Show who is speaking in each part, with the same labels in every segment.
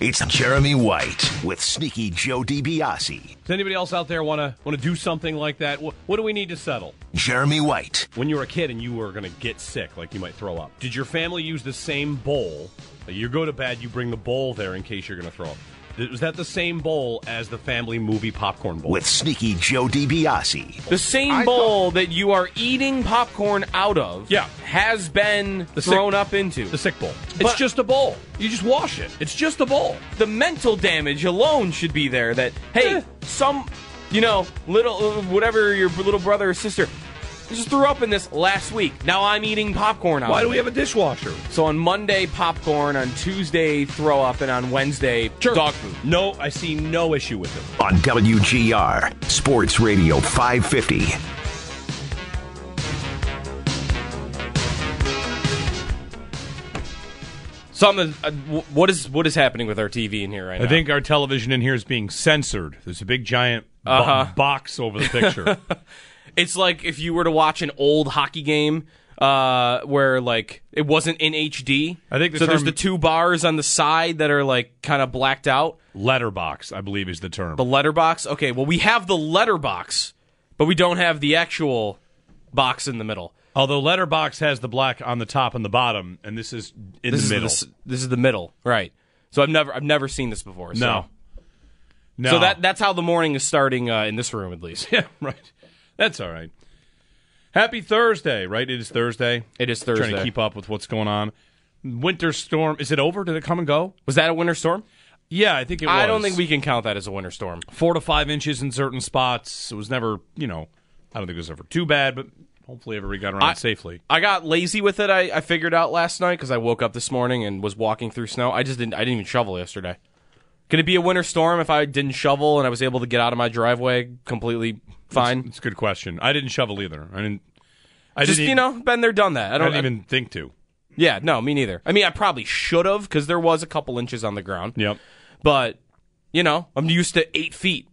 Speaker 1: It's Jeremy White with Sneaky Joe DiBiase.
Speaker 2: Does anybody else out there want to want to do something like that? What, what do we need to settle?
Speaker 1: Jeremy White.
Speaker 2: When you were a kid and you were going to get sick, like you might throw up, did your family use the same bowl? You go to bed, you bring the bowl there in case you're going to throw up. Th- Was that the same bowl as the family movie popcorn bowl?
Speaker 1: With Sneaky Joe DiBiase.
Speaker 3: The same
Speaker 4: I
Speaker 3: bowl that you are eating popcorn out of
Speaker 2: Yeah.
Speaker 3: has been
Speaker 2: The sick-
Speaker 3: thrown up into.
Speaker 2: the
Speaker 3: The,
Speaker 2: sick bowl. It's
Speaker 3: But-
Speaker 2: just a bowl. You just wash it. It's just a bowl.
Speaker 3: mental damage alone should be there that, hey,
Speaker 2: Eh.
Speaker 3: some, you know, little, uh, whatever your little brother or sister just threw up in this last week. Now I'm eating popcorn out
Speaker 2: Why
Speaker 3: of
Speaker 2: do we have a dishwasher?
Speaker 3: it. So on Monday, popcorn, on Tuesday, throw up, and on Wednesday, dog food.
Speaker 2: No, I see no issue with it.
Speaker 1: On WGR, Sports Radio 550.
Speaker 3: Something, uh, w- what is what is happening with our TV in here right now?
Speaker 5: I think our television in here is being censored. There's a big giant bo-
Speaker 3: Uh-huh.
Speaker 5: box over the picture.
Speaker 3: It's like if you were to watch an old hockey game uh, where like it wasn't in HD.
Speaker 5: I think the
Speaker 3: so. there's
Speaker 5: term-
Speaker 3: the two bars on the side that are like kind of blacked out.
Speaker 5: Letterbox, I believe, is the term.
Speaker 3: The letterbox. Okay, well we have the letterbox, but we don't have the actual box in the middle.
Speaker 5: Although Letterbox has the black on the top and the bottom, and this is in
Speaker 3: This
Speaker 5: the middle.
Speaker 3: is the, s- this is the middle, right? So I've never I've never seen this before. So.
Speaker 5: no, no.
Speaker 3: So that that's how the morning is starting uh, in this room at least.
Speaker 5: yeah, right. That's all right. Happy Thursday, right? It is Thursday.
Speaker 3: It is
Speaker 5: Trying
Speaker 3: Thursday.
Speaker 5: to keep up with what's going on. Winter storm. Is it over? Did it come and go?
Speaker 3: Was that a winter storm?
Speaker 5: Yeah, I think it was.
Speaker 3: I don't think we can count that as a winter storm.
Speaker 5: four to five inches in certain spots. It was never, you know, I don't think it was ever too bad, but hopefully everybody got around
Speaker 3: I-
Speaker 5: safely.
Speaker 3: I got lazy with it. I, I figured out last night because I woke up this morning and was walking through snow. I just didn't. I didn't even shovel yesterday. Can it be a winter storm if I didn't shovel and I was able to get out of my driveway completely fine?
Speaker 5: It's a good question. I didn't shovel either. I didn't. I
Speaker 3: Just
Speaker 5: didn't
Speaker 3: you
Speaker 5: even,
Speaker 3: know, been there, done that. I
Speaker 5: I
Speaker 3: don't
Speaker 5: didn't even think to.
Speaker 3: Yeah, no, me neither. I mean, I probably should have because there was a couple inches on the ground.
Speaker 5: Yep.
Speaker 3: But you know, I'm used to eight feet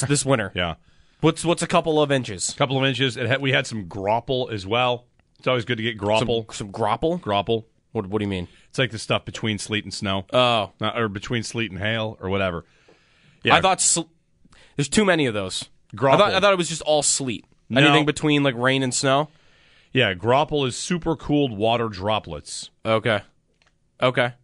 Speaker 3: this winter.
Speaker 5: Yeah.
Speaker 3: What's what's a couple of inches?
Speaker 5: A couple of inches. It had, we had some gropple as well. It's always good to get
Speaker 3: Some,
Speaker 5: gropple.
Speaker 3: some grapple.
Speaker 5: Gropple.
Speaker 3: What what do you mean?
Speaker 5: It's like the stuff between sleet and snow,
Speaker 3: Oh,
Speaker 5: Not- or between sleet and hail, or whatever. Yeah.
Speaker 3: I thought sl- there's too many of those. I
Speaker 5: Grapple.
Speaker 3: thought, I thought it was just all sleet.
Speaker 5: No.
Speaker 3: Anything between like rain and snow.
Speaker 5: Yeah, gropple is super cooled water droplets.
Speaker 3: Okay. Okay.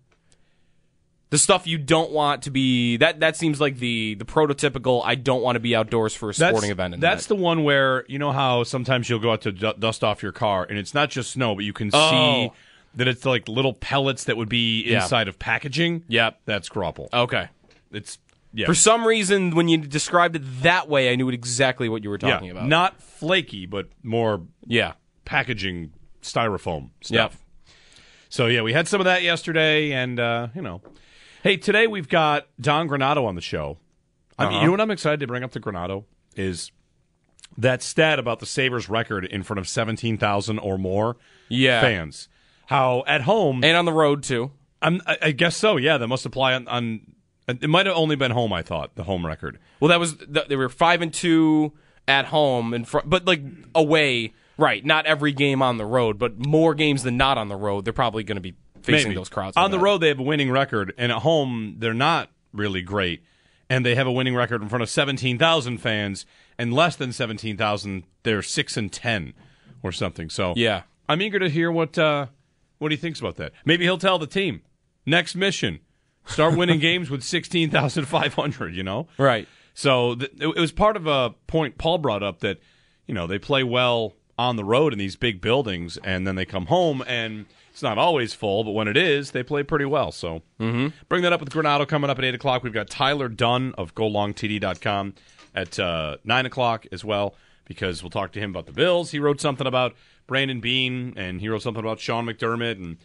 Speaker 3: The stuff you don't want to be that that seems like the the prototypical I don't want to be outdoors for a sporting event. And
Speaker 5: That's
Speaker 3: that.
Speaker 5: the one where you know how sometimes you'll go out to du- dust off your car, and it's not just snow, but you can
Speaker 3: Oh.
Speaker 5: see that it's like little pellets that would be
Speaker 3: Yeah.
Speaker 5: inside of packaging.
Speaker 3: Yep.
Speaker 5: that's grapple.
Speaker 3: okay.
Speaker 5: It's yeah,
Speaker 3: For some reason, when you described it that way, I knew exactly what you were
Speaker 5: yeah,
Speaker 3: talking about.
Speaker 5: not flaky, but more
Speaker 3: yeah.
Speaker 5: packaging styrofoam
Speaker 3: Yeah.
Speaker 5: stuff. So yeah, we had some of that yesterday, and uh, you know, hey, today we've got Don Granado on the show. I
Speaker 3: Uh-huh.
Speaker 5: mean, you know what I'm excited to bring up to Granado is that stat about the Sabers record in front of 17,000 or more
Speaker 3: Yeah.
Speaker 5: fans. How at home?
Speaker 3: And on the road too.
Speaker 5: I'm, I, I guess so. Yeah, that must apply on. on it might have only been home. I thought the home record.
Speaker 3: Well, that was th- they were five and two at home and fr- but like away, right? Not every game on the road, but more games than not on the road. They're probably going to be facing
Speaker 5: Maybe.
Speaker 3: those crowds
Speaker 5: on the
Speaker 3: that.
Speaker 5: road. They have a winning record, and at home they're not really great. And they have a winning record in front of seventeen thousand fans, and less than seventeen thousand, they're six and ten or something. So
Speaker 3: Yeah.
Speaker 5: I'm eager to hear what uh, what he thinks about that. Maybe he'll tell the team next mission: start winning games with sixteen thousand five hundred. You know,
Speaker 3: Right.
Speaker 5: So th- it it was part of a point Paul brought up that you know they play well on the road in these big buildings, and then they come home and it's not always full, but when it is, they play pretty well. So
Speaker 3: Mm-hmm.
Speaker 5: bring that up with Granado coming up at eight o'clock. We've got Tyler Dunn of GoLongTD.com at uh, nine o'clock as well because we'll talk to him about the Bills. He wrote something about Brandon Bean, and he wrote something about Sean McDermott, and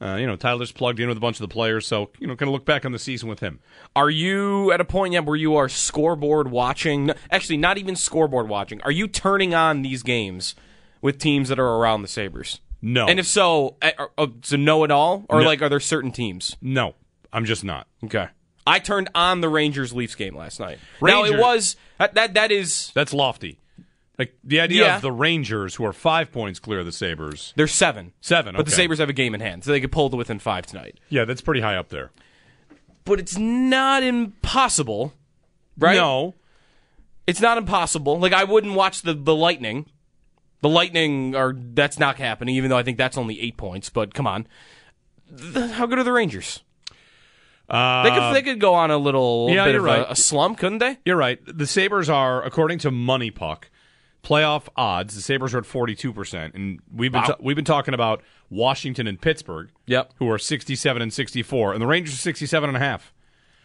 Speaker 5: Uh, you know, Tyler's plugged in with a bunch of the players, so you know, kind of look back on the season with him.
Speaker 3: Are you at a point yet where you are scoreboard watching? Actually, not even scoreboard watching. Are you turning on these games with teams that are around the Sabers?
Speaker 5: No.
Speaker 3: And if so, uh, uh, so no at all, or
Speaker 5: No.
Speaker 3: like are there certain teams?
Speaker 5: No, I'm just not.
Speaker 3: Okay. I turned on the Rangers Leafs game last night. Now
Speaker 5: Ranger-
Speaker 3: it was that that, that is
Speaker 5: That's lofty. Like the idea
Speaker 3: Yeah.
Speaker 5: of the Rangers, who are five points clear of the Sabers,
Speaker 3: there's seven.
Speaker 5: seven.
Speaker 3: But the
Speaker 5: okay.
Speaker 3: Sabres have a game in hand, so they could pull to within five tonight.
Speaker 5: yeah, that's pretty high up there.
Speaker 3: But it's not impossible, right?
Speaker 5: No,
Speaker 3: It's not impossible. Like I wouldn't watch the the Lightning. The Lightning are that's not happening, even though I think that's only eight points. But come on, Th- how good are the Rangers?
Speaker 5: uh,
Speaker 3: They could they could go on a little
Speaker 5: yeah,
Speaker 3: bit
Speaker 5: you're
Speaker 3: of
Speaker 5: right.
Speaker 3: a, a slump, couldn't they?
Speaker 5: You're right. The Sabres are, according to Money Puck, playoff odds. The Sabres are at 42%. And we've been,
Speaker 3: Wow.
Speaker 5: ta- we've been talking about Washington and Pittsburgh,
Speaker 3: Yep.
Speaker 5: who are 67 and 64. And the Rangers are 67 and a half.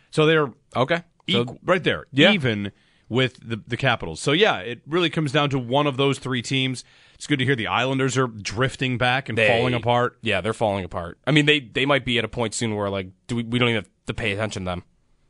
Speaker 5: So they're
Speaker 3: Okay. So-
Speaker 5: equal, right there,
Speaker 3: Yeah.
Speaker 5: even with the, the Capitals. So, yeah, it really comes down to one of those three teams. It's good to hear the Islanders are drifting back and
Speaker 3: they-
Speaker 5: falling apart.
Speaker 3: Yeah, they're falling apart. I mean, they they might be at a point soon where like do we, we don't even have to pay attention to them.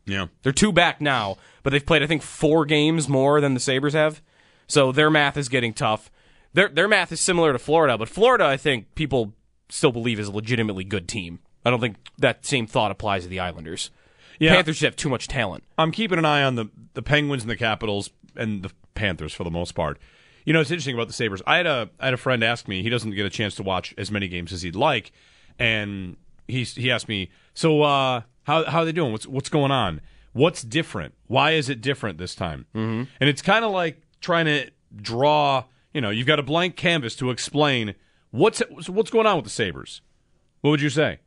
Speaker 5: Yeah.
Speaker 3: They're two back now, but they've played I think four games more than the Sabers have, so their math is getting tough. Their their math is similar to Florida, but Florida I think people still believe is a legitimately good team. I don't think that same thought applies to the Islanders.
Speaker 5: Yeah.
Speaker 3: Panthers just have too much talent.
Speaker 5: I'm keeping an eye on the the Penguins and the Capitals and the Panthers for the most part. You know, it's interesting about the Sabres. I had a I had a friend ask me, he doesn't get a chance to watch as many games as he'd like, and he he asked me, "So uh how how are they doing? What's what's going on? What's different? Why is it different this time?" Mm-hmm. And it's kind of like trying to draw, you know, you've got a blank canvas to explain what's what's going on with the Sabres. What would you say?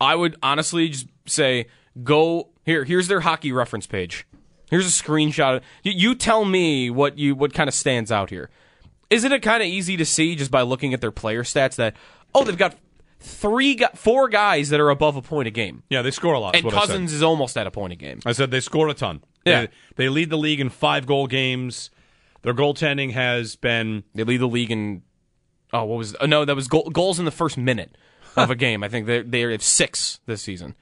Speaker 3: I would honestly just say go here. Here's their hockey reference page. Here's a screenshot. You, you tell me what you what kind of stands out here. Isn't it kind of easy to see just by looking at their player stats that oh they've got three gu- four guys that are above a point a game
Speaker 5: Yeah, they score a lot. is
Speaker 3: and
Speaker 5: what I said.
Speaker 3: Cousins is almost at a point a game.
Speaker 5: I said they scored a ton.
Speaker 3: Yeah.
Speaker 5: They, they lead the league in five goal games. Their goaltending has been
Speaker 3: They lead the league in oh what was oh, no that was goal, goals in the first minute of a game. I think they they have six this season.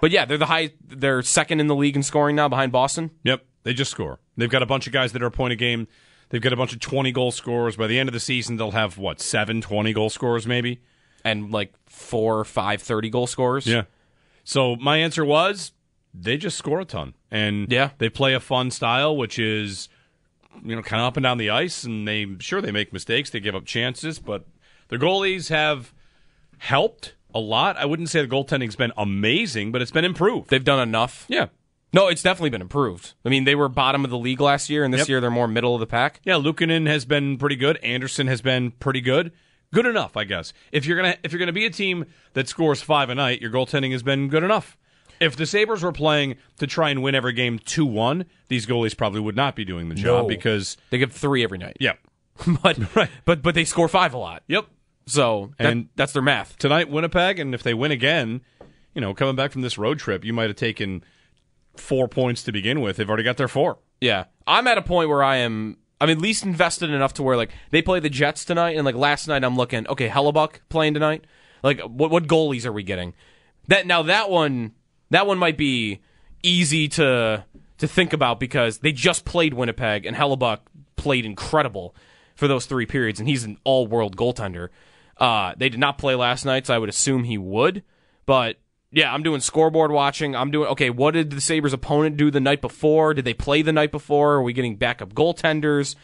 Speaker 3: But yeah, they're the high. They're second in the league in scoring now behind Boston.
Speaker 5: yep, they just score. They've got a bunch of guys that are a point a game. They've got a bunch of 20 goal scorers. By the end of the season, they'll have what, seven 20 goal scorers maybe?
Speaker 3: and like four or five 30 goal scorers.
Speaker 5: So my answer was they just score a ton. And
Speaker 3: Yeah.
Speaker 5: they play a fun style which is you know kind of up and down the ice and they sure they make mistakes, they give up chances, but the goalies have helped a lot. I wouldn't say the goaltending's been amazing, but it's been improved.
Speaker 3: They've done enough.
Speaker 5: Yeah.
Speaker 3: No, it's definitely been improved. I mean, they were bottom of the league last year, and this
Speaker 5: Yep.
Speaker 3: year they're more middle of the pack.
Speaker 5: Yeah, Lukanen has been pretty good. Anderson has been pretty good. Good enough, I guess. If you're gonna if you're gonna be a team that scores five a night, your goaltending has been good enough. If the Sabres were playing to try and win every game two one, these goalies probably would not be doing the job
Speaker 3: No.
Speaker 5: because
Speaker 3: They give three every night.
Speaker 5: yeah.
Speaker 3: but,
Speaker 5: Right.
Speaker 3: but but they score five a lot.
Speaker 5: Yep.
Speaker 3: So that-
Speaker 5: And-
Speaker 3: that's their math.
Speaker 5: Tonight Winnipeg, and if they win again, you know, coming back from this road trip, you might have taken four points to begin with. They've already got their four.
Speaker 3: Yeah. I'm at a point where I am. I'm at least invested enough to where like they play the Jets tonight, and like last night I'm looking. Okay, Hellebuck playing tonight. Like what what goalies are we getting? That now that one that one might be easy to to think about because they just played Winnipeg and Hellebuck played incredible for those three periods, and he's an all world goaltender. Uh, they did not play last night, so I would assume he would. But yeah, I'm doing scoreboard watching. I'm doing okay. What did the Sabres' opponent do the night before? Did they play the night before? Are we getting backup goaltenders?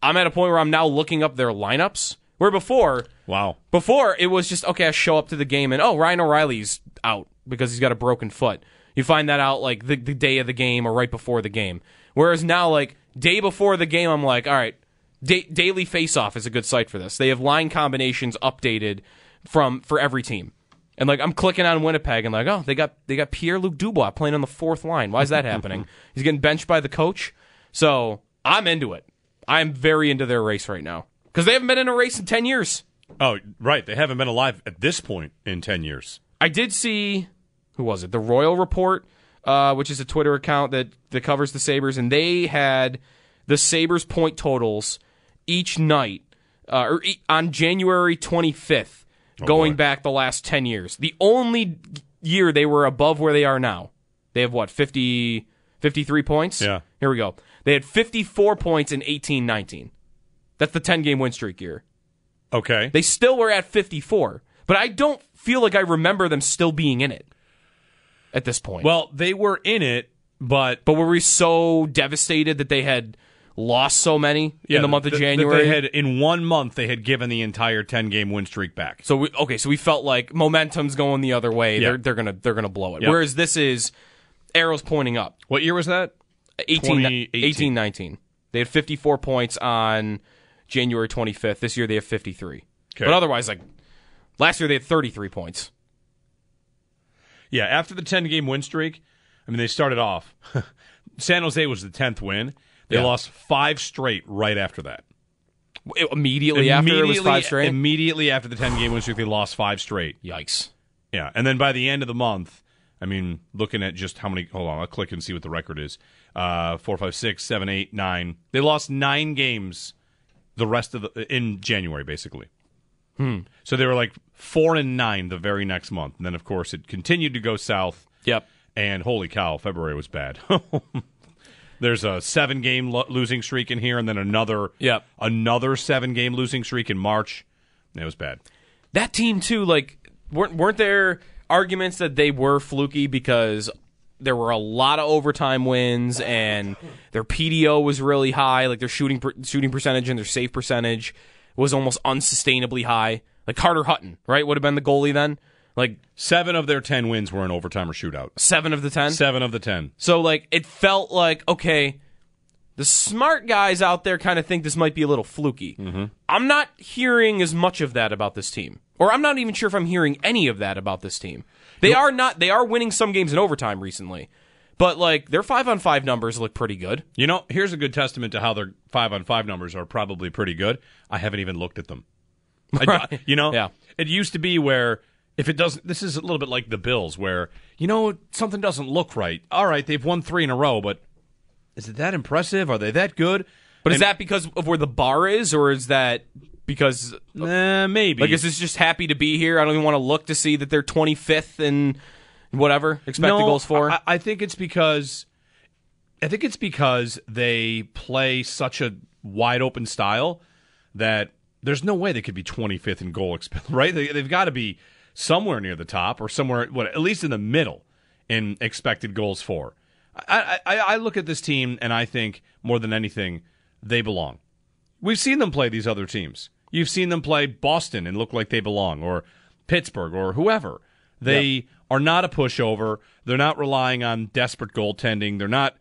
Speaker 3: I'm at a point where I'm now looking up their lineups. Where before,
Speaker 5: Wow.
Speaker 3: before it was just okay. I show up to the game and oh, Ryan O'Reilly's out because he's got a broken foot. You find that out like the, the day of the game or right before the game. Whereas now, like day before the game, I'm like, all right, da- daily faceoff is a good site for this. They have line combinations updated from for every team. And like I'm clicking on Winnipeg and like, oh, they got they got Pierre Luc Dubois playing on the fourth line. Why is that happening? He's getting benched by the coach. So I'm into it. I'm very into their race right now because they haven't been in a race in ten years.
Speaker 5: Oh, right. They haven't been alive at this point in ten years.
Speaker 3: I did see who was it? The Royal Report, uh, which is a Twitter account that that covers the Sabers, and they had the Sabers point totals each night, uh, or e- on January 25th going back the last 10 years. The only year they were above where they are now. They have what, 50, 53 points?
Speaker 5: Yeah.
Speaker 3: Here we go. They had 54 points in eighteen nineteen. That's the 10 game win streak year.
Speaker 5: Okay.
Speaker 3: They still were at 54, but I don't feel like I remember them still being in it at this point.
Speaker 5: well, they were in it, but
Speaker 3: but were we so devastated that they had lost so many in the month of
Speaker 5: th- th-
Speaker 3: January?
Speaker 5: They had in one month they had given the entire ten game win streak back.
Speaker 3: So we okay, so we felt like momentum's going the other way.
Speaker 5: Yeah.
Speaker 3: They're they're gonna they're gonna blow it.
Speaker 5: Yeah.
Speaker 3: Whereas this is arrows pointing up.
Speaker 5: What year was that?
Speaker 3: 18,
Speaker 5: 2018.
Speaker 3: 18 19. They had 54 points on January 25th. This year they have 53.
Speaker 5: Okay.
Speaker 3: But otherwise, like last year they had 33 points.
Speaker 5: Yeah, after the ten game win streak, I mean they started off. San Jose was the tenth win. They
Speaker 3: Yeah.
Speaker 5: lost five straight right after that.
Speaker 3: W- Immediately, after it was five straight.
Speaker 5: Immediately after the ten game win streak, they lost five straight.
Speaker 3: Yikes.
Speaker 5: Yeah, and then by the end of the month, I mean, looking at just how many. Hold on, I'll click and see what the record is. Uh, four, five, six, seven, eight, nine. They lost nine games. The rest of the in January, basically. Hmm. So they were like four and nine the very next month, and then of course it continued to go south.
Speaker 3: Yep.
Speaker 5: And holy cow, February was bad. There's a seven game lo- losing streak in here, and then another.
Speaker 3: Yep.
Speaker 5: Another seven game losing streak in March. It was bad.
Speaker 3: that team too like weren't weren't there arguments that they were fluky because there were a lot of overtime wins and their PDO was really high like their shooting per, shooting percentage and their save percentage was almost unsustainably high like Carter Hutton right would have been the goalie then like
Speaker 5: Seven of their ten wins were in overtime or shootout.
Speaker 3: 7 of the 10
Speaker 5: Seven of the ten.
Speaker 3: so like it felt like okay, the smart guys out there kind of think this might be a little fluky.
Speaker 5: Mm-hmm.
Speaker 3: I'm not hearing as much of that about this team, or I'm not even sure if I'm hearing any of that about this team. They are not. They are winning some games in overtime recently, but like their five on five numbers look pretty good.
Speaker 5: You know, here's a good testament to how their five on five numbers are probably pretty good. I haven't even looked at them. I-
Speaker 3: Right.
Speaker 5: you know,
Speaker 3: Yeah.
Speaker 5: it used to be where if it doesn't, this is a little bit like the Bills, where you know something doesn't look right. All right, they've won three in a row, but is it that impressive? Are they that good?
Speaker 3: But is that because of where the bar is, or is that because
Speaker 5: Nah, maybe.
Speaker 3: like is this just happy to be here? I don't even want to look to see that they're 25th and whatever expected
Speaker 5: no,
Speaker 3: goals for.
Speaker 5: I, I think it's because I think it's because they play such a wide open style that there's no way they could be 25th in goal exp right? They, they've got to be somewhere near the top or somewhere, what at least in the middle in expected goals for. I, I, I look at this team and I think more than anything, they belong. We've seen them play these other teams. You've seen them play Boston and look like they belong, or Pittsburgh, or whoever. They are not a pushover. They're not relying on desperate goaltending. They're not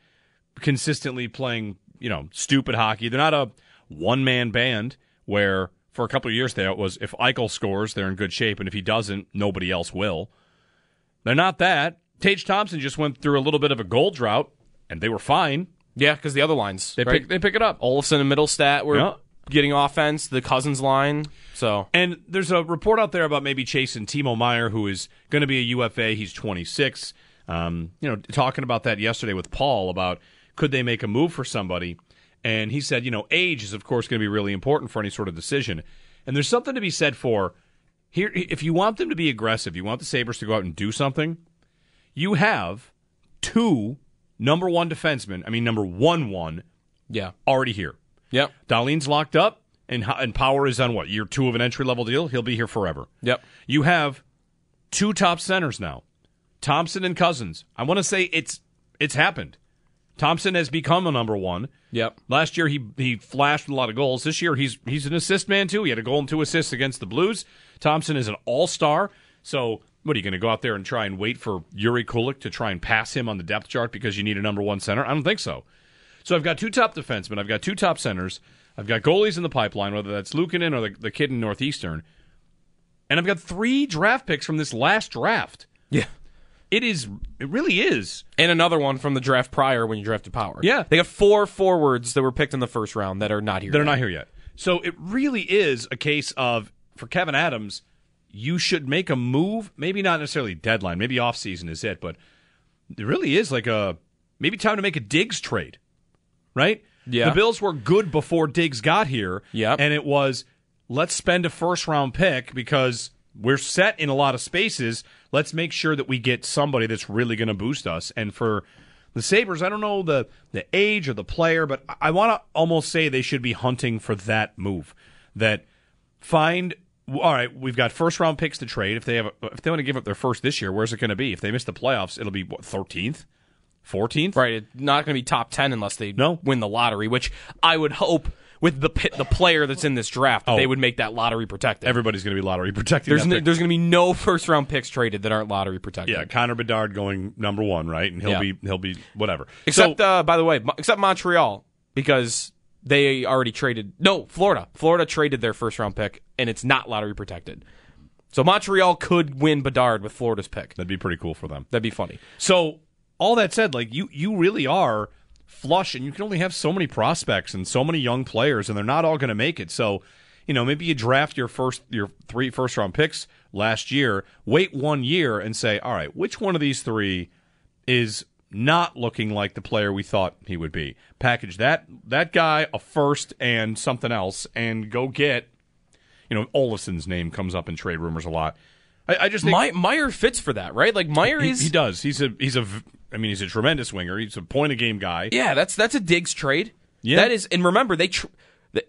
Speaker 5: consistently playing, you know, stupid hockey. They're not a one man band where for a couple of years there it was if Eichel scores, they're in good shape, and if he doesn't, nobody else will. They're not that. Tage Thompson just went through a little bit of a goal drought, and they were fine.
Speaker 3: yeah, because the other lines
Speaker 5: They
Speaker 3: right?
Speaker 5: pick, they pick it up.
Speaker 3: Olafson and Middlestat were
Speaker 5: Yeah.
Speaker 3: getting offense. The Cousins line. So
Speaker 5: And there's a report out there about maybe chasing Timo Meyer, who is going to be a UFA. He's 26. Um, you know, talking about that yesterday with Paul about could they make a move for somebody, and he said, you know, age is of course going to be really important for any sort of decision. And there's something to be said for here if you want them to be aggressive, you want the Sabers to go out and do something. You have two number one defensemen. I mean, number one one
Speaker 3: yeah,
Speaker 5: already here.
Speaker 3: yep,
Speaker 5: Darlene's locked up, and and Power is on what year two of an entry level deal. He'll be here forever.
Speaker 3: yep.
Speaker 5: You have two top centers now, Thompson and Cousins. I want to say it's it's happened. Thompson has become a number one.
Speaker 3: Yep.
Speaker 5: Last year he he flashed a lot of goals. This year he's he's an assist man too. He had a goal and two assists against the Blues. Thompson is an all star. So what are you going to go out there and try and wait for Yuri Kulik to try and pass him on the depth chart because you need a number one center? I don't think so. So I've got two top defensemen. I've got two top centers. I've got goalies in the pipeline, whether that's Lukanen or the, the kid in Northeastern. And I've got three draft picks from this last draft.
Speaker 3: Yeah.
Speaker 5: It is, it really is.
Speaker 3: And another one from the draft prior when you drafted Power.
Speaker 5: Yeah.
Speaker 3: They got four forwards that were picked in the first round that are not here.
Speaker 5: They're
Speaker 3: yet.
Speaker 5: not here yet. So it really is a case of for Kevin Adams, you should make a move. Maybe not necessarily deadline. Maybe offseason is it, but it really is like a maybe time to make a Diggs trade, right?
Speaker 3: Yeah.
Speaker 5: The Bills were good before Diggs got here.
Speaker 3: Yep.
Speaker 5: And it was let's spend a first round pick because we're set in a lot of spaces. Let's make sure that we get somebody that's really going to boost us. And for the Sabres, I don't know the, the age or the player, but I- I want to almost say they should be hunting for that move. That find, all right, we've got first round picks to trade. If they have, if they want to give up their first this year, where's it going to be? If they miss the playoffs, it'll be what, 13th? 14th?
Speaker 3: Right, it's not going to be top ten unless they
Speaker 5: No.
Speaker 3: win the lottery, which I would hope with the pit, the player that's in this draft, that they would make that lottery protected.
Speaker 5: Everybody's going to be lottery protected.
Speaker 3: there's no, there's going to be no first round picks traded that aren't lottery protected.
Speaker 5: yeah, Connor Bedard going number one, right? And he'll
Speaker 3: Yeah.
Speaker 5: be he'll be whatever.
Speaker 3: Except,
Speaker 5: So-
Speaker 3: uh, by the way, Mo- except Montreal because they already traded. No, Florida. Florida traded their first round pick, and it's not lottery protected. So Montreal could win Bedard with Florida's pick.
Speaker 5: that'd be pretty cool for them.
Speaker 3: That'd be funny.
Speaker 5: So all that said, like you you really are flush, and you can only have so many prospects and so many young players, and they're not all going to make it. So you know maybe you draft your first your three first round picks last year, wait one year, and say, all right, which one of these three is not looking like the player we thought he would be? Package that that guy a first and something else, and go get. You know, Olison's name comes up in trade rumors a lot. I, I just think
Speaker 3: My, Meyer fits for that, right? Like Meyer
Speaker 5: he,
Speaker 3: is.
Speaker 5: he does. He's a he's a v- I mean he's a tremendous winger. He's a point of game guy.
Speaker 3: Yeah, that's that's a Diggs trade.
Speaker 5: Yeah.
Speaker 3: that is. And remember, they tr- th-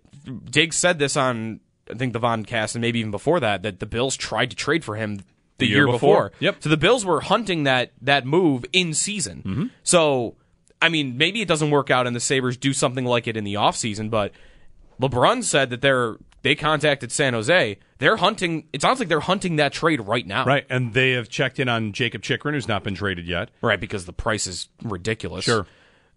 Speaker 3: Diggs said this on I think the Von Cast and maybe even before that that the Bills tried to trade for him the,
Speaker 5: year
Speaker 3: year,
Speaker 5: before.
Speaker 3: before.
Speaker 5: Yep.
Speaker 3: So the Bills were hunting that that move in season.
Speaker 5: Mm-hmm.
Speaker 3: So I mean, maybe it doesn't work out, and the Sabers do something like it in the offseason, but. LeBron said that they're they contacted San Jose. They're hunting. It sounds like they're hunting that trade right now,
Speaker 5: Right. And they have checked in on Jacob Chikrin, who's not been traded yet.
Speaker 3: Right, because the price is ridiculous. I-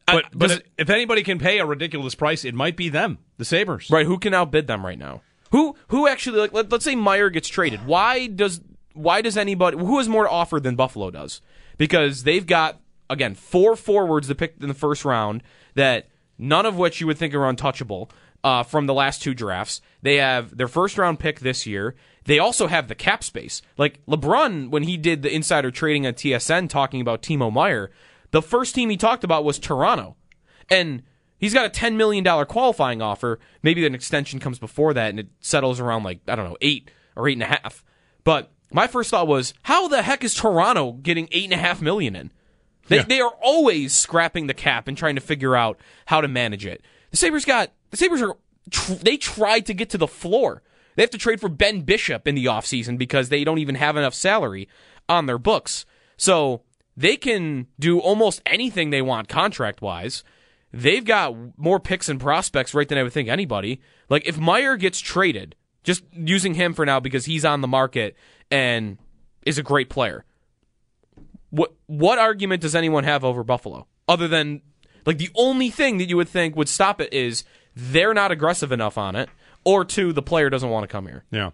Speaker 5: But, but
Speaker 3: does-
Speaker 5: if anybody can pay a ridiculous price, it might be them, the Sabres.
Speaker 3: Right, who can outbid them right now? Who who actually like let, let's say Meyer gets traded. Why does why does anybody who has more to offer than Buffalo does? Because they've got again four forwards that picked in the first round that none of which you would think are untouchable uh, from the last two drafts. They have their first round pick this year. They also have the cap space. Like LeBron when he did the insider trading on TSN talking about Timo Meyer, the first team he talked about was Toronto. And he's got a ten million dollar qualifying offer. Maybe an extension comes before that, and it settles around like I don't know eight or eight and a half. But my first thought was, how the heck is Toronto getting eight and a half million in? They they are always scrapping the cap and trying to figure out how to manage it. The Sabers got the Sabers are tr- they tried to get to the floor. They have to trade for Ben Bishop in the offseason because they don't even have enough salary on their books. So they can do almost anything they want contract wise. They've got more picks and prospects right than I would think anybody. Like if Meyer gets traded, just using him for now because he's on the market and is a great player. What what argument does anyone have over Buffalo other than like the only thing that you would think would stop it is they're not aggressive enough on it or two the player doesn't want to come here.
Speaker 5: Yeah.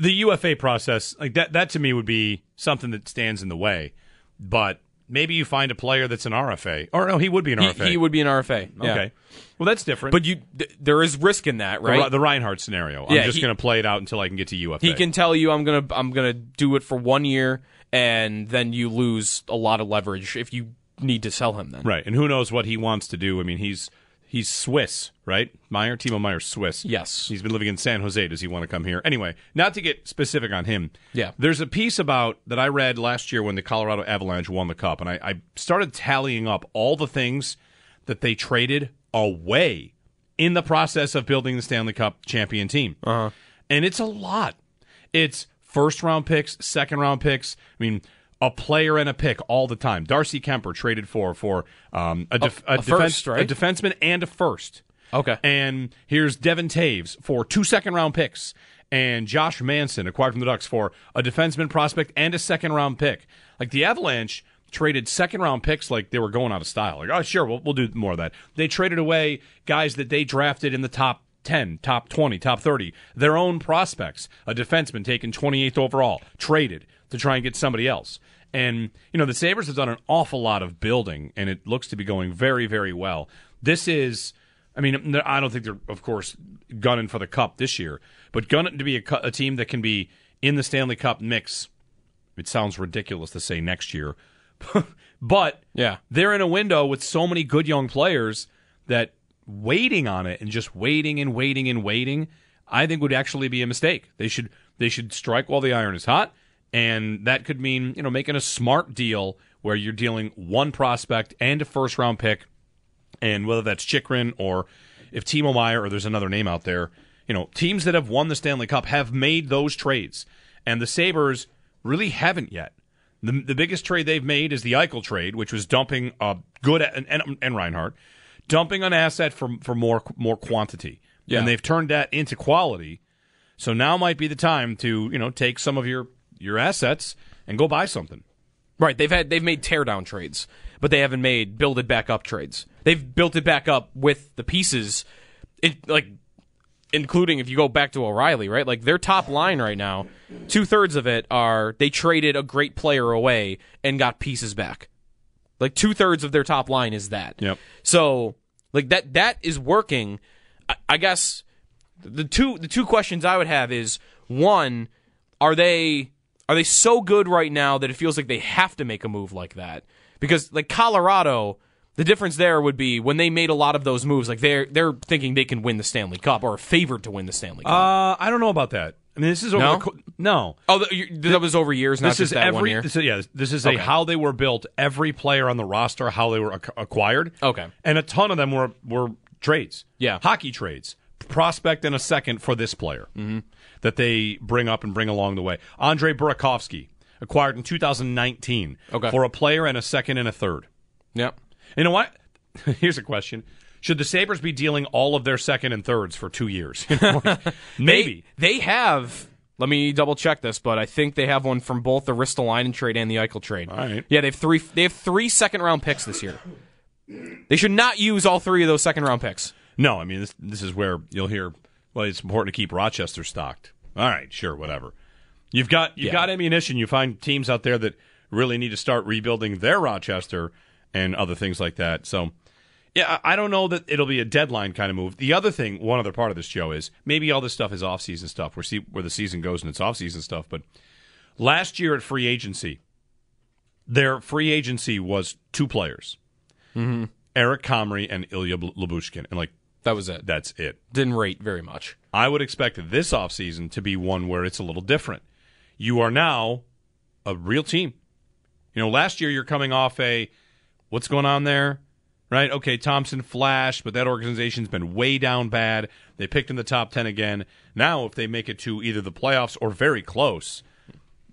Speaker 5: The UFA process, like that that to me would be something that stands in the way. But maybe you find a player that's an RFA. Or no, he would be an
Speaker 3: He,
Speaker 5: RFA.
Speaker 3: he would be an RFA. yeah.
Speaker 5: Okay. Well, that's different.
Speaker 3: But you th- there is risk in that,
Speaker 5: the,
Speaker 3: right?
Speaker 5: Re- the Reinhardt scenario.
Speaker 3: Yeah,
Speaker 5: I'm just
Speaker 3: he-
Speaker 5: going to play it out until I can get to UFA.
Speaker 3: He can tell you I'm gonna I'm gonna do it for one year, and then you lose a lot of leverage if you need to sell him. Then
Speaker 5: Right, and who knows what he wants to do? I mean, he's he's Swiss, right? Meyer, Timo Meyer's Swiss.
Speaker 3: Yes.
Speaker 5: he's been living in San Jose. Does he want to come here? Anyway, not to get specific on him.
Speaker 3: Yeah.
Speaker 5: there's a piece about that I read last year when the Colorado Avalanche won the cup, and I, I started tallying up all the things that they traded away in the process of building the Stanley Cup champion team. Uh-huh. And it's a lot. It's first round picks, second round picks. I mean, a player and a pick all the time. Darcy Kemper traded for for um, a, def- a,
Speaker 3: a
Speaker 5: defense,
Speaker 3: first, right?
Speaker 5: a defenseman and a first.
Speaker 3: Okay.
Speaker 5: And here's Devin Taves for two second round picks. And Josh Manson, acquired from the Ducks, for a defenseman prospect and a second round pick. Like the Avalanche traded second round picks like they were going out of style. Like, oh, sure, we'll, we'll do more of that. They traded away guys that they drafted in the top 10, top 20, top 30, their own prospects. A defenseman taken 28th overall, traded to try and get somebody else. And, you know, the Sabres have done an awful lot of building, and it looks to be going very, very well. This is. I mean, they're- I don't think they're, of course, gunning for the cup this year, but gunning to be a, cu- a team that can be in the Stanley Cup mix. It sounds ridiculous to say next year, but
Speaker 3: Yeah.
Speaker 5: they're in a window with so many good young players that waiting on it and just waiting and waiting and waiting, I think would actually be a mistake. They should They should strike while the iron is hot, and that could mean you know making a smart deal where you're dealing one prospect and a first round pick, and whether that's Chikrin or if Timo Meyer or there's another name out there, you know teams that have won the Stanley Cup have made those trades, and the Sabers really haven't yet. The, the biggest trade they've made is the Eichel trade, which was dumping a good and, and, and Reinhardt, dumping an asset for for more more quantity.
Speaker 3: Yeah.
Speaker 5: And they've turned that into quality. So now might be the time to, you know, take some of your your assets and go buy something.
Speaker 3: Right. They've had they've made teardown trades, but they haven't made build it back up trades. They've built it back up with the pieces, it, like including if you go back to O'Reilly, right? Like their top line right now, two thirds of it are they traded a great player away and got pieces back. Like two thirds of their top line is that.
Speaker 5: Yep.
Speaker 3: So like that that is working. I, I guess the two the two questions I would have is one, are they are they so good right now that it feels like they have to make a move like that? Because like Colorado, the difference there would be when they made a lot of those moves, like they're they're thinking they can win the Stanley Cup or are favored to win the Stanley Cup.
Speaker 5: Uh, I don't know about that. I mean, this is over
Speaker 3: No?
Speaker 5: the co- no.
Speaker 3: oh, th- you- that was over years, not
Speaker 5: this
Speaker 3: just
Speaker 5: is
Speaker 3: that
Speaker 5: every
Speaker 3: one year.
Speaker 5: This is, yeah, this is a how they were built, every player on the roster, how they were ac- acquired.
Speaker 3: Okay.
Speaker 5: And a ton of them were were trades.
Speaker 3: Yeah.
Speaker 5: Hockey trades. Prospect and a second for this player
Speaker 3: Mm-hmm.
Speaker 5: that they bring up and bring along the way. Andre Burakovsky acquired in 2019
Speaker 3: Okay.
Speaker 5: for a player and a second and a third.
Speaker 3: Yep.
Speaker 5: You know what? Here's a question. Should the Sabres be dealing all of their second and thirds for two years? Maybe.
Speaker 3: they, they have. Let me double check this, but I think they have one from both the Ristolainen trade and the Eichel trade. All
Speaker 5: right.
Speaker 3: Yeah, they have three. They have three second round picks this year. They should not use all three of those second round picks.
Speaker 5: No, I mean this. This is where you'll hear. Well, it's important to keep Rochester stocked. All right, sure, whatever. You've got you've
Speaker 3: Yeah.
Speaker 5: got ammunition. You find teams out there that really need to start rebuilding their Rochester and other things like that. So, yeah, I I don't know that it'll be a deadline kind of move. The other thing, one other part of this show is maybe all this stuff is off season stuff. Where see where the season goes and it's off season stuff. But last year at free agency, their free agency was two players. Eric Comrie and Ilya Bl- Labushkin, and like
Speaker 3: That was it.
Speaker 5: that's it.
Speaker 3: Didn't rate very much.
Speaker 5: I would expect this offseason to be one where it's a little different. You are now a real team. You know, last year you're coming off a what's going on there? Right? Okay, Thompson flashed, but that organization's been way down bad. They picked in the top 10 again. Now, if they make it to either the playoffs or very close,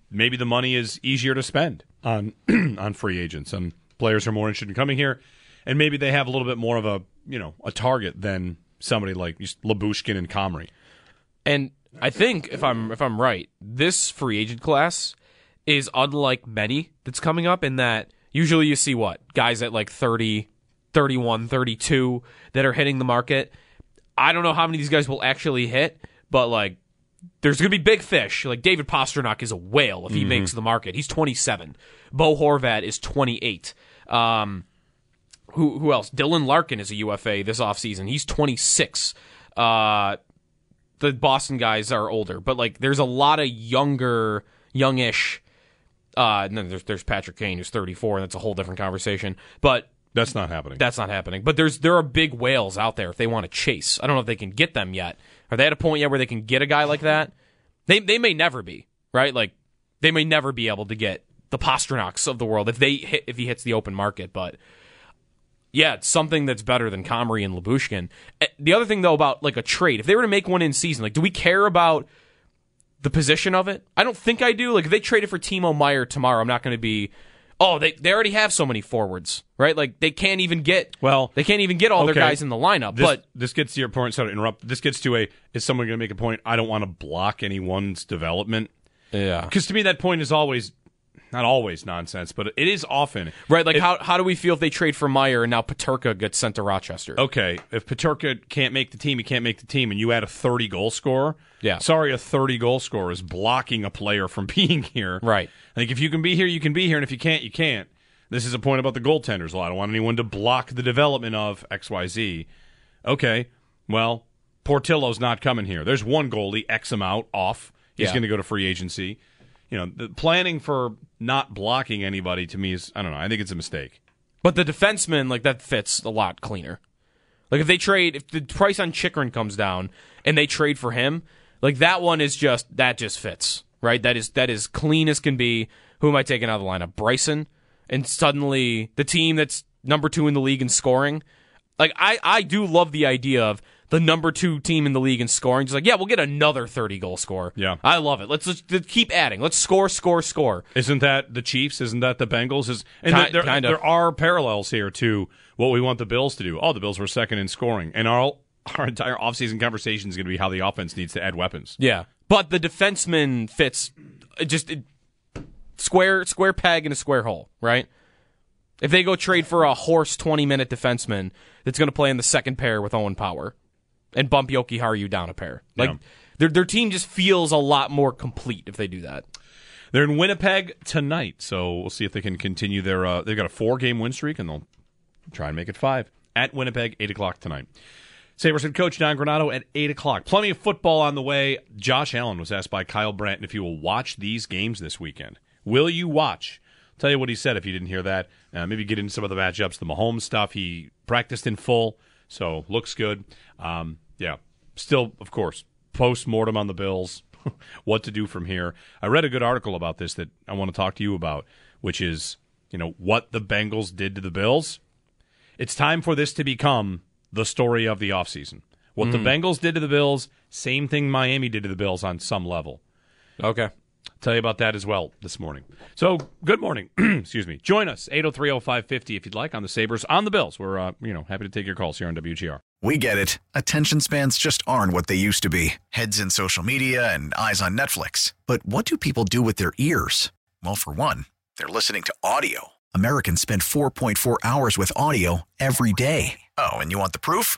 Speaker 5: maybe the money is easier to spend on on free agents and players are more interested in coming here and maybe they have a little bit more of a, you know, a target than somebody like Labushkin and Comrie.
Speaker 3: And I think if I'm if I'm right, this free agent class is unlike many that's coming up in that usually you see what guys at like 30, 31, 32 that are hitting the market. I don't know how many of these guys will actually hit, but like there's going to be big fish. Like David Pasternak is a whale if he makes the market. He's 27. Bo Horvat is 28. Um, who who else? Dylan Larkin is a UFA this offseason. He's 26. Uh, the Boston guys are older, but like there's a lot of younger, youngish. Uh, and then there's there's Patrick Kane who's 34, and that's a whole different conversation. But
Speaker 5: That's not happening.
Speaker 3: that's not happening. But there's there are big whales out there if they want to chase. I don't know if they can get them yet. Are they at a point yet where they can get a guy like that? They they may never be right. Like they may never be able to get the Pasternak's of the world if they hit, if he hits the open market. But yeah, it's something that's better than Comrie and Labushkin. Eh, The other thing though about like a trade, if they were to make one in season, like do we care about the position of it? I don't think I do. Like if they traded for Timo Meyer tomorrow, I'm not going to be. Oh, they they already have so many forwards, right? Like they can't even get
Speaker 5: Well,
Speaker 3: they can't even get all
Speaker 5: okay.
Speaker 3: their guys in the lineup.
Speaker 5: This,
Speaker 3: but
Speaker 5: this gets to your point. Sorry to interrupt. This gets to a is someone going to make a point? I don't want to block anyone's development
Speaker 3: yeah,
Speaker 5: because to me that point is always not always nonsense, but it is often
Speaker 3: right. Like how how do we feel if they trade for Meyer and now Paterka gets sent to Rochester?
Speaker 5: okay, if Paterka can't make the team, he can't make the team, and you add a 30 goal scorer.
Speaker 3: Yeah.
Speaker 5: Sorry, a 30 goal scorer is blocking a player from being here.
Speaker 3: Right.
Speaker 5: Like, if you can be here, you can be here, and if you can't, you can't. This is a point about the goaltenders. Well, I don't want anyone to block the development of XYZ. Okay, well, Portillo's not coming here. There's one goalie, X him out, off. He's
Speaker 3: Yeah.
Speaker 5: going to go to free agency. You know, the planning for not blocking anybody to me is, I don't know, I think it's a mistake.
Speaker 3: But the defenseman, like that fits a lot cleaner. Like if they trade, if the price on Chikrin comes down and they trade for him, Like that one is just that just fits right. That is that is clean as can be. Who am I taking out of the lineup? Bryson, and suddenly the team that's number two in the league in scoring. Like I I do love the idea of the number two team in the league in scoring. Just like yeah, we'll get another thirty goal scorer.
Speaker 5: Yeah.
Speaker 3: I love it. Let's, let's, let's keep adding. Let's score, score, score.
Speaker 5: Isn't that the Chiefs? Isn't that the Bengals? Is and
Speaker 3: Ki-
Speaker 5: there,
Speaker 3: kind of.
Speaker 5: there are parallels here to what we want the Bills to do. Oh, the Bills were second in scoring, and our our entire offseason conversation is going to be how the offense needs to add weapons.
Speaker 3: Yeah, but the defenseman fits it just it, square square peg in a square hole, right? If they go trade for a horse twenty minute defenseman that's going to play in the second pair with Owen Power and bump Yoki Haru down a pair, like
Speaker 5: Yeah.
Speaker 3: their their team just feels a lot more complete if they do that.
Speaker 5: They're in Winnipeg tonight, so we'll see if they can continue their. Uh, they've got a four game win streak, and they'll try and make it five at Winnipeg, eight o'clock tonight. Sabres head coach Don Granado at 8 o'clock. Plenty of football on the way. Josh Allen was asked by Kyle Branton if he will watch these games this weekend. Will you watch? Tell you what he said if you didn't hear that. Uh, maybe get into some of the matchups, the Mahomes stuff. He practiced in full, so looks good. Um, yeah, still, of course, post mortem on the Bills. what to do from here? I read a good article about this that I want to talk to you about, which is you know what the Bengals did to the Bills it's time for this to become the story of the offseason. What the Bengals did to the Bills, same thing Miami did to the Bills on some level.
Speaker 3: Okay,
Speaker 5: Tell you about that as well this morning. So, good morning. Excuse me. Join us 8030550 if you'd like on the Sabres on the Bills. We're uh, you know, happy to take your calls here on WGR.
Speaker 6: We get it. Attention spans just aren't what they used to be heads in social media and eyes on Netflix. But what do people do with their ears? Well, for one, they're listening to audio. Americans spend 4.4 hours with audio every day. Oh, and you want the proof?